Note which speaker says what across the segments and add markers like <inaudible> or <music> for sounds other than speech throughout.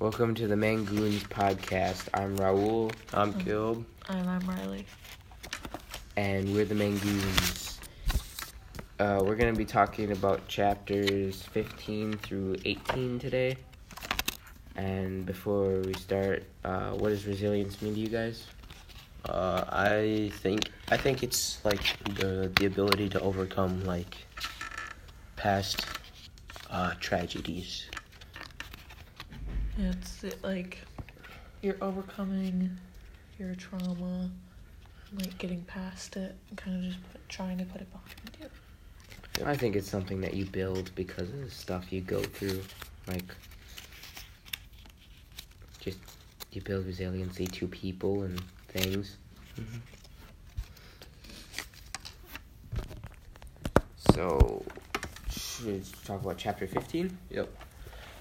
Speaker 1: Welcome to the Mangoons podcast. I'm Raul,
Speaker 2: I'm Caleb.
Speaker 3: Oh, I'm, I'm Riley.
Speaker 1: and we're the Mangoons. Uh, we're gonna be talking about chapters 15 through 18 today. And before we start, uh, what does resilience mean to you guys?
Speaker 2: Uh, I think I think it's like the the ability to overcome like past uh, tragedies.
Speaker 3: Yeah, It's it, like you're overcoming your trauma, like getting past it, and kind of just put, trying to put it behind you.
Speaker 1: I think it's something that you build because of the stuff you go through. Like, just you build resiliency to people and things. Mm-hmm. So, should we talk about chapter 15?
Speaker 2: Yep.
Speaker 1: Oh,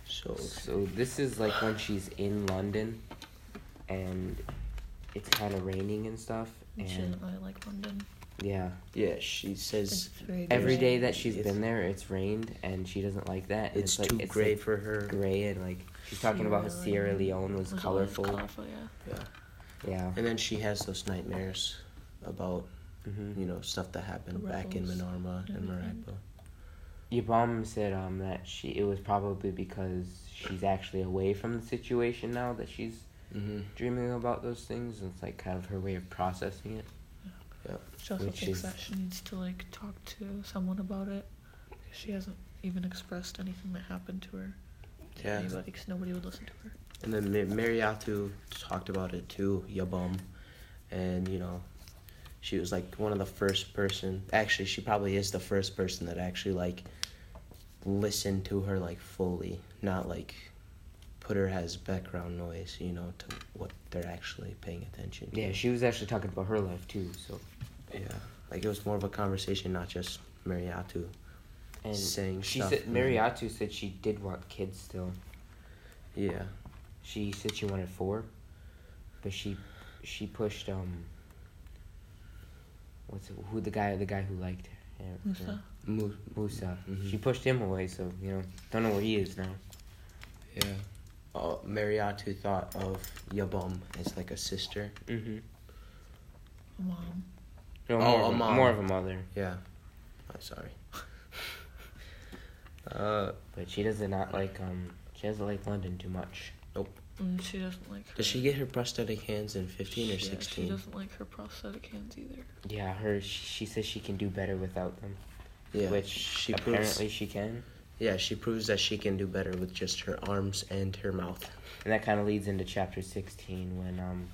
Speaker 2: So
Speaker 1: So, this is like when she's in London and it's kind of raining and stuff.
Speaker 3: Which uh,
Speaker 1: And
Speaker 3: is why I like London.
Speaker 1: yeah,
Speaker 2: yeah, she
Speaker 3: It's
Speaker 2: says
Speaker 3: very
Speaker 1: every
Speaker 3: gray.
Speaker 1: day that she's
Speaker 2: It's-
Speaker 1: been there, it's rained and she doesn't like that. and
Speaker 2: it's,
Speaker 1: like,
Speaker 2: too
Speaker 1: like,
Speaker 2: gray for her.
Speaker 1: gray and like she's talking about how Sierra Leone was
Speaker 3: It's always
Speaker 1: colorful.
Speaker 3: colorful, yeah.
Speaker 2: Yeah.
Speaker 1: Yeah.
Speaker 2: And then she has those nightmares about
Speaker 1: hmm
Speaker 2: you know stuff that happened
Speaker 3: The
Speaker 2: back in
Speaker 3: rebels
Speaker 2: Minorma and
Speaker 3: and everything.
Speaker 2: Maraipo.
Speaker 1: Your mom said um that she it was probably because she's actually away from the situation now that she's
Speaker 2: Mm-hmm.
Speaker 1: dreaming about those things. and It's like kind of her way of processing it.
Speaker 3: She also
Speaker 1: Which
Speaker 3: thinks
Speaker 1: is-
Speaker 3: that she needs to like talk to someone about it. Because she hasn't even expressed anything that happened to her. to
Speaker 2: Yeah.
Speaker 3: Anybody, because nobody would listen to her.
Speaker 2: And then Ma- Mariatu talked about it too, Yabum. And, you know, she was like one of the first person. Actually, she probably is the first person that actually, like, listened to her, like, fully. Not, like, put her as background noise, you know, to what they're actually paying attention to.
Speaker 1: Yeah, she was actually talking about her life too. So
Speaker 2: Yeah. Like, it was more of a conversation, not just Mariatu.
Speaker 1: and
Speaker 2: Saying
Speaker 1: she
Speaker 2: stuff
Speaker 1: said
Speaker 2: and-
Speaker 1: Mariatu said she did want kids still.
Speaker 2: Yeah.
Speaker 1: She said she wanted four, but she she pushed um. What's it, who the guy the guy who liked her. Yeah, yeah.
Speaker 3: Musa.
Speaker 2: Mo-
Speaker 1: Musa.
Speaker 2: Mhm.
Speaker 1: She pushed him away, so you know, don't know where he is now.
Speaker 2: yeah. Uh, Mariatu thought of Yabum as, like, a sister.
Speaker 1: Mm-hmm.
Speaker 3: Mom.
Speaker 1: No,
Speaker 2: Oh,
Speaker 1: more,
Speaker 2: a
Speaker 1: of, a,
Speaker 2: mom.
Speaker 1: more of a mother,
Speaker 2: Yeah. I'm sorry. <laughs> uh,
Speaker 1: but she does not like um. She doesn't like London too much.
Speaker 3: And she doesn't like her.
Speaker 2: does she get her prosthetic hands in 15
Speaker 3: yeah,
Speaker 2: or
Speaker 3: She
Speaker 2: 16?
Speaker 3: doesn't like her prosthetic hands either.
Speaker 1: Yeah, her. She, she says she can do better without them,
Speaker 2: Yeah.
Speaker 1: which
Speaker 2: she
Speaker 1: apparently
Speaker 2: proves.
Speaker 1: she can,
Speaker 2: Yeah, she proves that she can do better with just her arms and her mouth.
Speaker 1: and that kind of leads into chapter sixteen when um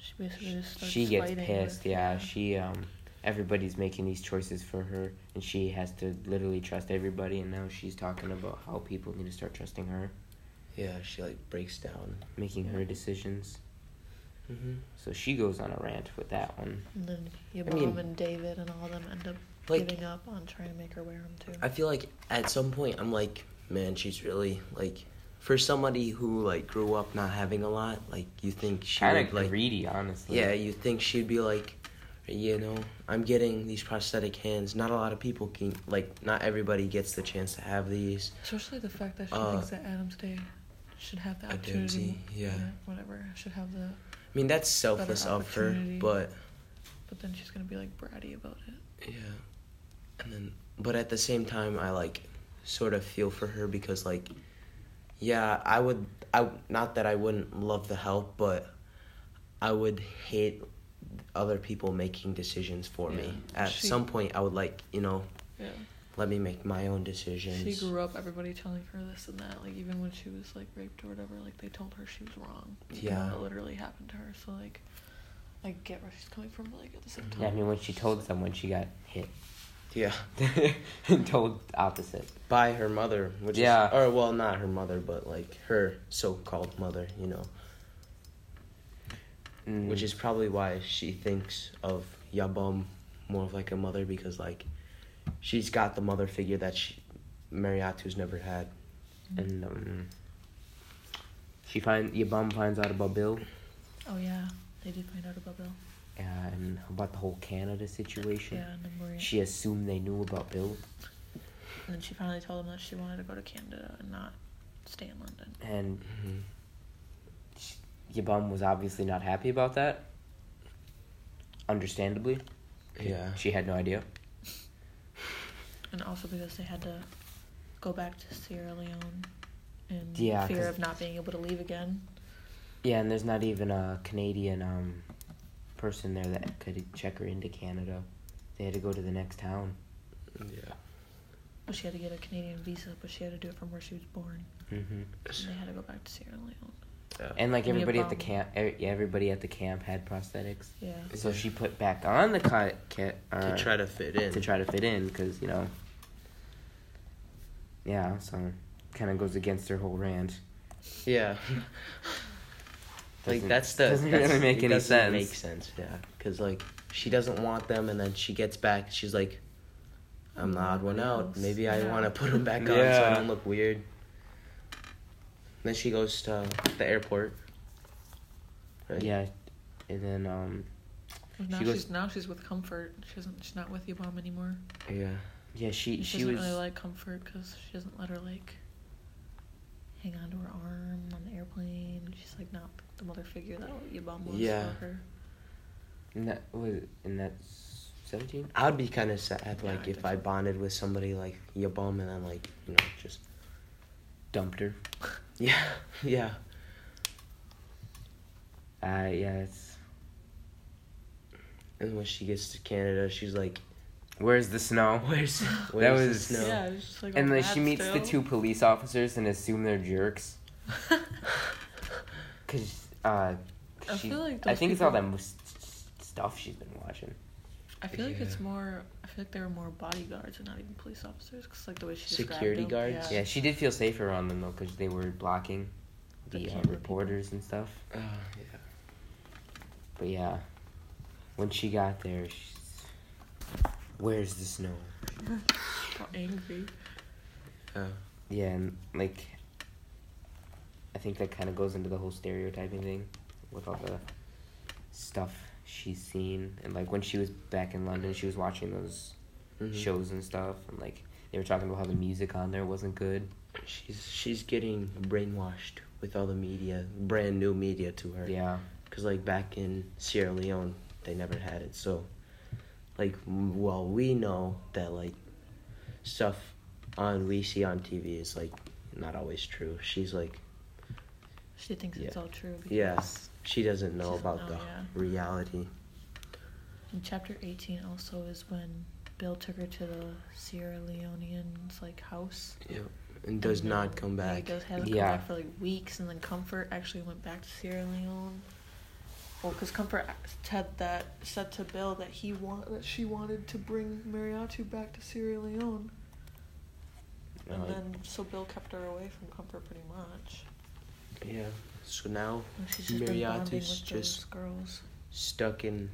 Speaker 3: She basically just starts
Speaker 1: she gets
Speaker 3: fighting
Speaker 1: pissed.
Speaker 3: with-
Speaker 1: yeah, she um everybody's making these choices for her, and she has to literally trust everybody. And now she's talking about how people need to start trusting her,
Speaker 2: Yeah, she like breaks down.
Speaker 1: making her decisions.
Speaker 2: Mm-hmm.
Speaker 1: So she goes on a rant with that one.
Speaker 3: And then your
Speaker 2: I
Speaker 3: mom
Speaker 2: mean-
Speaker 3: and David and all of them end up
Speaker 2: Like-
Speaker 3: giving up on trying to make her wear them too.
Speaker 2: I feel like at some point I'm like, man, she's really like, for somebody who like grew up not having a lot, like you think she
Speaker 1: Kind
Speaker 2: would
Speaker 1: of
Speaker 2: like
Speaker 1: greedy, honestly.
Speaker 2: Yeah, you think she'd be like, you know, I'm getting these prosthetic hands. Not a lot of people can, like, not everybody gets the chance to have these.
Speaker 3: Especially the fact that she
Speaker 2: Uh,
Speaker 3: thinks that Adam's Day should have the
Speaker 2: Adam's
Speaker 3: opportunity.
Speaker 2: Day, yeah.
Speaker 3: Whatever. Should have the.
Speaker 2: I mean, that's selfless
Speaker 3: Better
Speaker 2: of her,
Speaker 3: opportunity.
Speaker 2: but
Speaker 3: But then she's gonna be like bratty about it.
Speaker 2: yeah. And then, but at the same time, I like sort of feel for her because, like, yeah, I would, I not that I wouldn't love the help, but I would hate other people making decisions for me.
Speaker 3: Yeah.
Speaker 2: At
Speaker 3: She-
Speaker 2: some point, I would like, you know,
Speaker 3: Yeah.
Speaker 2: let me make my own decisions.
Speaker 3: She grew up everybody telling her this and that. Like even when she was like raped or whatever, like they told her she was wrong. even though
Speaker 2: Yeah.
Speaker 3: It literally happened to her. So like, I get where she's coming from. But like at the same time.
Speaker 1: Mm-hmm. Yeah, I mean, when she told someone she got hit, <laughs>
Speaker 2: yeah.
Speaker 1: and told opposite.
Speaker 2: by her mother, which
Speaker 1: Yeah.
Speaker 2: is or well, not her mother, but like her so-called mother, you know,
Speaker 1: Mm.
Speaker 2: which is probably why she thinks of Yabum more of like a mother because like she's got the mother figure that she Mariatu's never had.
Speaker 1: and um, she find your mom finds out about Bill,
Speaker 3: Oh yeah, they did find out about Bill.
Speaker 1: uh, and about the whole Canada situation.
Speaker 3: Yeah, and then Maria.
Speaker 1: She assumed they knew about Bill,
Speaker 3: And then she finally told him that she wanted to go to Canada and not stay in London.
Speaker 1: and Yabum was obviously not happy about that. Understandably,
Speaker 2: Yeah.
Speaker 1: she had no idea.
Speaker 3: And also because they had to go back to Sierra Leone in
Speaker 1: Yeah,
Speaker 3: fear
Speaker 1: 'cause-
Speaker 3: of not being able to leave again.
Speaker 1: Yeah, and there's not even a Canadian um person there that could check her into Canada. They had to go to the next town.
Speaker 2: Yeah.
Speaker 3: But she had to get a Canadian visa, but she had to do it from where she was born.
Speaker 1: Mm-hmm.
Speaker 3: And they had to go back to Sierra Leone.
Speaker 1: And like
Speaker 3: Be a
Speaker 1: everybody at the
Speaker 3: problem.
Speaker 1: camp, e- everybody at the camp had prosthetics.
Speaker 3: Yeah.
Speaker 1: So
Speaker 2: Yeah.
Speaker 1: she put back on the cut ca- uh,
Speaker 2: to try to fit in.
Speaker 1: to try to fit in because you know. Yeah, so kind of goes against her whole rant.
Speaker 2: Yeah. <laughs> like
Speaker 1: Doesn't-
Speaker 2: that's the
Speaker 1: doesn't
Speaker 2: that's-
Speaker 1: really make
Speaker 2: it
Speaker 1: any
Speaker 2: doesn't
Speaker 1: sense.
Speaker 2: Make sense, yeah. Because like she doesn't want them, and then she gets back. She's like, "I'm the odd one out. Maybe I
Speaker 3: Yeah.
Speaker 2: want to put them back on so I
Speaker 1: Yeah.
Speaker 2: don't look weird." Then she goes to the airport. Right?
Speaker 1: Yeah, and then um
Speaker 3: And now
Speaker 1: She goes-
Speaker 3: she's now she's with Comfort. She doesn't. She's not with Yabam anymore.
Speaker 2: Yeah.
Speaker 1: yeah she
Speaker 3: She,
Speaker 1: she
Speaker 3: doesn't
Speaker 1: was
Speaker 3: really like Comfort because she doesn't let her like hang onto her arm on the airplane. She's like not the mother figure that Yabam was
Speaker 2: Yeah.
Speaker 3: for her.
Speaker 1: and that was and that's seventeen.
Speaker 2: I would be kind of sad,
Speaker 3: Yeah,
Speaker 2: like
Speaker 3: I
Speaker 2: if
Speaker 3: think
Speaker 2: I
Speaker 3: so.
Speaker 2: bonded with somebody like your bum, and then like you know just
Speaker 1: Dumped her.
Speaker 2: yeah, yeah,
Speaker 1: Uh yeah, it's
Speaker 2: and when she gets to Canada, she's like,
Speaker 1: where's the snow?
Speaker 2: "Where's where's the
Speaker 1: was-
Speaker 2: snow?"
Speaker 3: Yeah, it's just like
Speaker 1: And
Speaker 3: all
Speaker 1: then
Speaker 3: mad
Speaker 1: she meets the two
Speaker 3: still.
Speaker 1: police officers and assume they're jerks. Cause uh,
Speaker 3: I
Speaker 1: she,
Speaker 3: feel like
Speaker 1: I
Speaker 3: those
Speaker 1: think it's all that
Speaker 3: people-
Speaker 1: mus- stuff she's been watching.
Speaker 3: <laughs> I feel like it's
Speaker 2: Yeah.
Speaker 3: more. I feel like they were more bodyguards and not even police officers because like the way she described
Speaker 2: Security
Speaker 3: them,
Speaker 2: guards?
Speaker 1: Yeah, she did feel safer around them though, cause they were blocking
Speaker 3: The
Speaker 1: the uh,
Speaker 3: camera people.
Speaker 1: reporters and stuff.
Speaker 2: Oh yeah.
Speaker 1: But yeah, when she got there, she's, where's the snow?
Speaker 3: Got angry.
Speaker 2: Yeah.
Speaker 1: Yeah, and like, I think that kind of goes into the whole stereotyping thing with all the stuff she's seen. And like, when she was back in London, she was watching those
Speaker 3: Mm-hmm.
Speaker 2: Mhm.
Speaker 1: shows and stuff. And like, they were talking about how the music on there wasn't good.
Speaker 2: She's she's getting brainwashed with all the media, brand new media to her.
Speaker 1: Yeah.
Speaker 2: Cause like back in Sierra Leone, they never had it. So, like, m- well, we know that like stuff on we see on TV is like not always true. She's like
Speaker 3: She thinks it's
Speaker 2: Yeah.
Speaker 3: all true. Because
Speaker 2: Yeah. she doesn't
Speaker 3: She
Speaker 2: know
Speaker 3: doesn't
Speaker 2: about
Speaker 3: know,
Speaker 2: the
Speaker 3: yeah.
Speaker 2: reality.
Speaker 3: In chapter 18 also is when Bill took her to the Sierra Leoneans like house.
Speaker 2: Yeah. And does
Speaker 3: And
Speaker 2: not
Speaker 3: then
Speaker 2: come
Speaker 3: yeah, he
Speaker 2: back.
Speaker 3: does- hasn't
Speaker 1: Yeah.
Speaker 3: come back for like weeks, and then Comfort actually went back to Sierra Leone. Well, because Comfort ac- said that said to Bill that he want that she wanted to bring Mariatu back to Sierra Leone, and
Speaker 1: Uh,
Speaker 3: then so Bill kept her away from Comfort pretty much.
Speaker 2: Yeah. So now
Speaker 3: And she's just been bonding
Speaker 2: Mariatu's
Speaker 3: with
Speaker 2: just-
Speaker 3: those girls.
Speaker 2: stuck in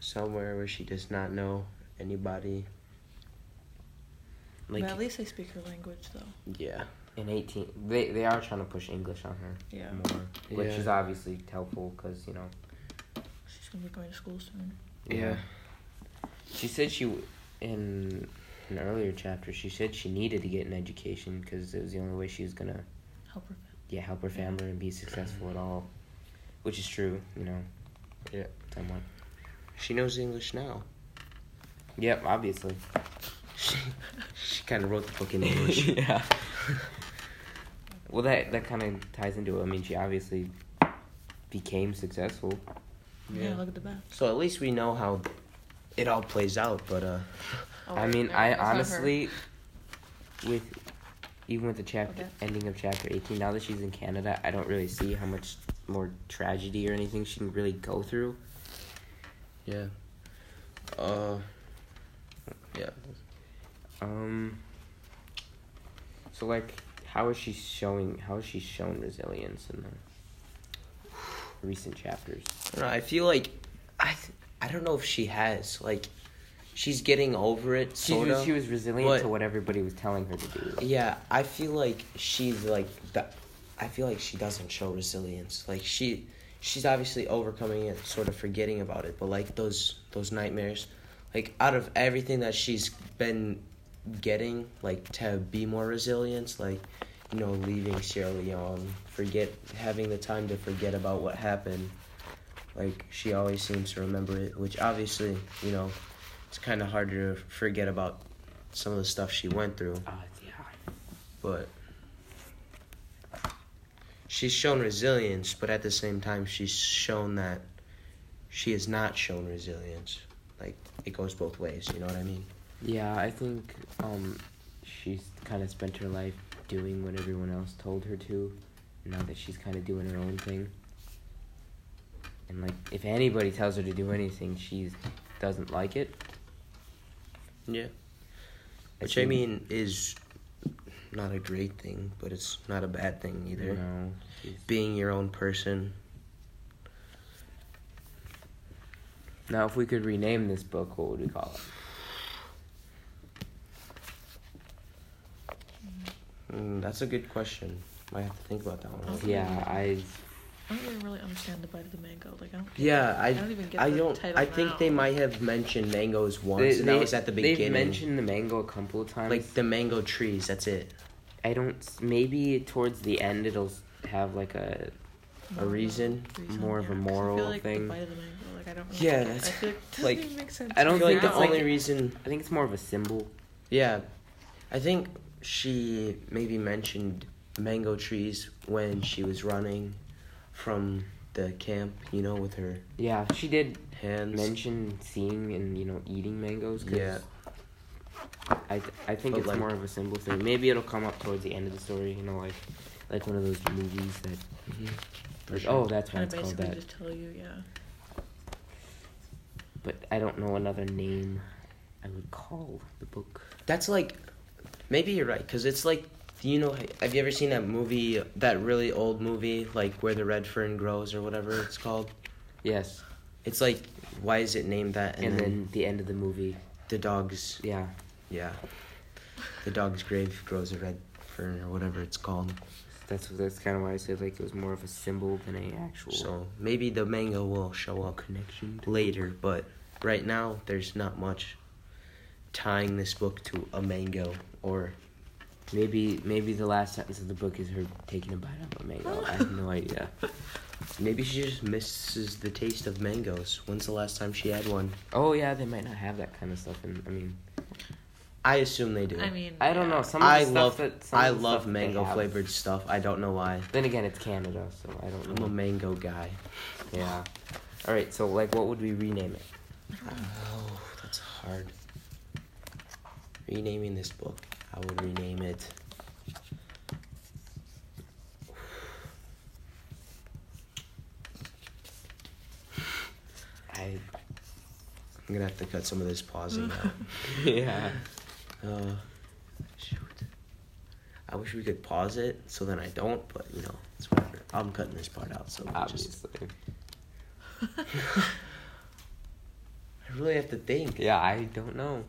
Speaker 2: somewhere where she does not know anybody.
Speaker 1: like
Speaker 3: but at least they speak her language though.
Speaker 2: Yeah.
Speaker 1: in eighteen, they they are trying to push English on her
Speaker 3: Yeah,
Speaker 2: Mm.
Speaker 1: more, which
Speaker 2: Yeah.
Speaker 1: is obviously helpful because you know.
Speaker 3: she's gonna be going to school soon.
Speaker 2: Yeah.
Speaker 1: She said she w- in an earlier chapter. She said she needed to get an education because it was the only way she was gonna
Speaker 3: Help her.
Speaker 1: yeah help her family and be successful at all, which is true. You know.
Speaker 2: Yeah.
Speaker 1: Somewhat.
Speaker 2: She knows English now. <laughs>
Speaker 1: Yep. Obviously.
Speaker 2: She, she kind of wrote the book in English. <laughs>
Speaker 1: yeah. <laughs> well, that that kind of ties into it. I mean, she obviously became successful.
Speaker 3: Yeah,
Speaker 2: Yeah.
Speaker 3: look at the back.
Speaker 2: so at least we know how it all plays out, but
Speaker 3: <laughs>
Speaker 2: uh,
Speaker 3: Oh,
Speaker 1: I
Speaker 3: wait,
Speaker 1: mean,
Speaker 3: never
Speaker 1: I
Speaker 3: mind, it's not her.
Speaker 1: honestly, with even with the chapter
Speaker 3: Okay.
Speaker 1: ending of chapter eighteen, now that she's in Canada, I don't really see how much more tragedy or anything she can really go through.
Speaker 2: yeah. Uh, yeah.
Speaker 1: Um. So like, how is she showing? How is she shown resilience in the recent chapters?
Speaker 2: I don't know, I feel like I th- I don't know if she has like she's getting over it.
Speaker 1: She
Speaker 2: Sort
Speaker 1: was,
Speaker 2: of.
Speaker 1: she was resilient
Speaker 2: What-
Speaker 1: to what everybody was telling her to do.
Speaker 2: Yeah, I feel like she's like that. I feel like she doesn't show resilience. Like she, she's obviously overcoming it, sort of forgetting about it. But like those those nightmares, like out of everything that she's been getting, like to be more resilient, like you know, leaving Sierra Leone, forget having the time to forget about what happened. Like she always seems to remember it, which obviously, you know, it's kind of hard to forget about some of the stuff she went through,
Speaker 1: Uh, yeah.
Speaker 2: but she's shown resilience, but at the same time she's shown that she has not shown resilience. Like it goes both ways, you know what I mean?
Speaker 1: Yeah, I think um, she's kind of spent her life doing what everyone else told her to. Now that she's kind of doing her own thing. And like, if anybody tells her to do anything, she doesn't like it.
Speaker 2: Yeah.
Speaker 1: I
Speaker 2: Which I
Speaker 1: think-
Speaker 2: mean is not a great thing, but it's not a bad thing either.
Speaker 1: No. she's-
Speaker 2: Being your own person.
Speaker 1: Now, if we could rename this book, what would we call it?
Speaker 2: Mm, that's a good question. Might have to think about that one. a little bit.
Speaker 1: Yeah, I.
Speaker 3: I don't even really understand the bite of the mango. Like I don't.
Speaker 2: Yeah, I, I
Speaker 3: don't
Speaker 2: don't.
Speaker 3: even get
Speaker 2: I,
Speaker 3: the title
Speaker 2: think
Speaker 3: now.
Speaker 2: they might have mentioned mangoes once, and that was at the
Speaker 1: They've
Speaker 2: beginning.
Speaker 1: mentioned the mango a couple of times.
Speaker 2: like the mango trees. That's it.
Speaker 1: I don't. s- Maybe towards the end it'll s- have like a.
Speaker 2: A reason,
Speaker 1: more of a
Speaker 3: 'cause
Speaker 1: moral
Speaker 3: I feel like
Speaker 1: thing.
Speaker 3: The bite of the mango. Like I don't. Really
Speaker 2: Yeah,
Speaker 3: get it.
Speaker 2: that's-
Speaker 3: I feel like it doesn't
Speaker 2: like,
Speaker 3: even make sense.
Speaker 1: I don't
Speaker 2: I feel like
Speaker 1: think
Speaker 2: the
Speaker 1: it's
Speaker 3: now.
Speaker 1: like-
Speaker 2: only reason.
Speaker 1: I think it's more of a symbol.
Speaker 2: Yeah, I think she maybe mentioned mango trees when she was running from the camp. You know, with her
Speaker 1: Yeah, she did
Speaker 2: hands.
Speaker 1: mention seeing and you know eating mangoes. 'cause
Speaker 2: Yeah.
Speaker 1: I th- I think
Speaker 2: But,
Speaker 1: it's
Speaker 2: like-
Speaker 1: more of a symbol thing. Maybe it'll come up towards the end of the story. You know, like like one of those movies that.
Speaker 2: Mhm.
Speaker 1: Like, Oh, that's why
Speaker 3: Kind
Speaker 1: it's
Speaker 3: of
Speaker 1: called
Speaker 3: basically
Speaker 1: that.
Speaker 3: just tell you, yeah.
Speaker 1: But I don't know another name. I would call the book.
Speaker 2: That's like, maybe you're right, because it's like, you know, have you ever seen that movie, that really old movie, like Where the Red Fern Grows or whatever it's called?
Speaker 1: Yes,
Speaker 2: It's like, why is it named that?
Speaker 1: and, then, the end of the movie.
Speaker 2: the dog's,
Speaker 1: Yeah,
Speaker 2: yeah, the dog's grave grows a red fern or whatever it's called.
Speaker 1: that's that's kind of why I said like it was more of a symbol than a actual.
Speaker 2: So maybe the mango will show up
Speaker 1: Connection.
Speaker 2: later, but right now there's not much tying this book to a mango or
Speaker 1: Maybe maybe the last sentence of the book is her taking a bite out of a mango. I have no
Speaker 2: <laughs>
Speaker 1: idea.
Speaker 2: maybe she just misses the taste of mangoes. When's the last time she had one?
Speaker 1: Oh yeah, they might not have that kind of stuff. And I mean,
Speaker 2: I assume they do.
Speaker 3: I mean.
Speaker 1: I don't
Speaker 3: yeah.
Speaker 1: know. Some of the
Speaker 2: I
Speaker 1: stuff
Speaker 2: love
Speaker 1: that some
Speaker 2: I
Speaker 1: of the
Speaker 2: love
Speaker 1: stuff that they
Speaker 2: mango
Speaker 1: have-
Speaker 2: flavored stuff. I don't know why.
Speaker 1: Then again, it's Canada, so I
Speaker 2: I'm
Speaker 1: don't
Speaker 2: a
Speaker 1: know.
Speaker 2: mango guy.
Speaker 1: Yeah. All right. So like, what would we rename it?
Speaker 2: Oh, that's hard. Renaming this book, I would rename it. <laughs>
Speaker 1: I.
Speaker 2: I'm gonna have to cut some of
Speaker 3: <laughs>
Speaker 2: this pausing out.
Speaker 1: yeah.
Speaker 2: Uh, shoot. I wish we could pause it so then I don't, but you know, it's whatever. I'm cutting this part out, so we'll just.
Speaker 1: <laughs> Obviously.
Speaker 2: I really have to think.
Speaker 1: Yeah, I don't know.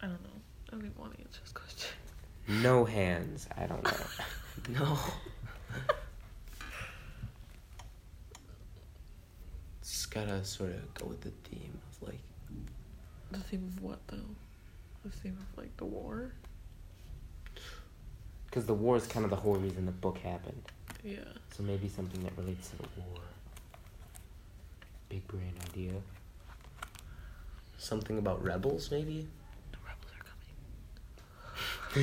Speaker 3: I don't know. I don't even want to answer this question.
Speaker 1: No hands. I don't know.
Speaker 2: <laughs> <laughs> No. it's gotta sort of go with the theme of like.
Speaker 3: The theme of what though? The theme of like the war.
Speaker 1: Because the war is kind of the whole reason the book happened.
Speaker 3: Yeah.
Speaker 1: So maybe something that relates to the war. Big brain idea.
Speaker 2: Something about rebels, maybe.
Speaker 3: The rebels are coming. <laughs>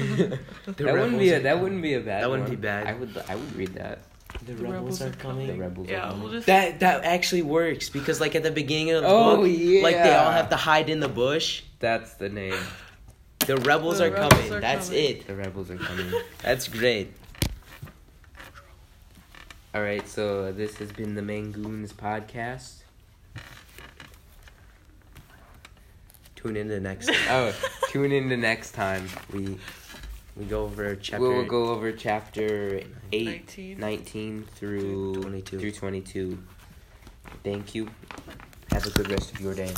Speaker 1: that wouldn't be a that wouldn't be a bad.
Speaker 2: That wouldn't
Speaker 1: one.
Speaker 2: be bad.
Speaker 1: I would I would read that.
Speaker 2: The,
Speaker 3: The rebels rebels
Speaker 2: rebels,
Speaker 3: are
Speaker 2: are
Speaker 3: are coming.
Speaker 1: The
Speaker 2: coming.
Speaker 1: rebels.
Speaker 3: Yeah,
Speaker 1: are
Speaker 3: we'll
Speaker 1: coming.
Speaker 3: just-
Speaker 2: <laughs> That that actually works because like at the beginning of the
Speaker 1: Oh,
Speaker 2: book, like they all
Speaker 1: yeah.
Speaker 2: have to hide in the bush.
Speaker 1: That's the
Speaker 2: <laughs>
Speaker 1: name.
Speaker 2: The rebels
Speaker 3: The
Speaker 2: are
Speaker 3: rebels
Speaker 2: coming.
Speaker 3: are
Speaker 2: That's
Speaker 3: coming.
Speaker 2: it.
Speaker 1: The rebels are coming.
Speaker 2: <laughs> That's great.
Speaker 1: all right. So this has been the Mangoons podcast.
Speaker 2: Tune in to the next. <laughs>
Speaker 1: Oh, tune in to next time.
Speaker 2: we we go over chapter.
Speaker 1: We'll go over chapter 8, 19,
Speaker 3: Nineteen.
Speaker 1: through
Speaker 2: 22.
Speaker 1: Through 22. Thank you. Have a good rest of your day.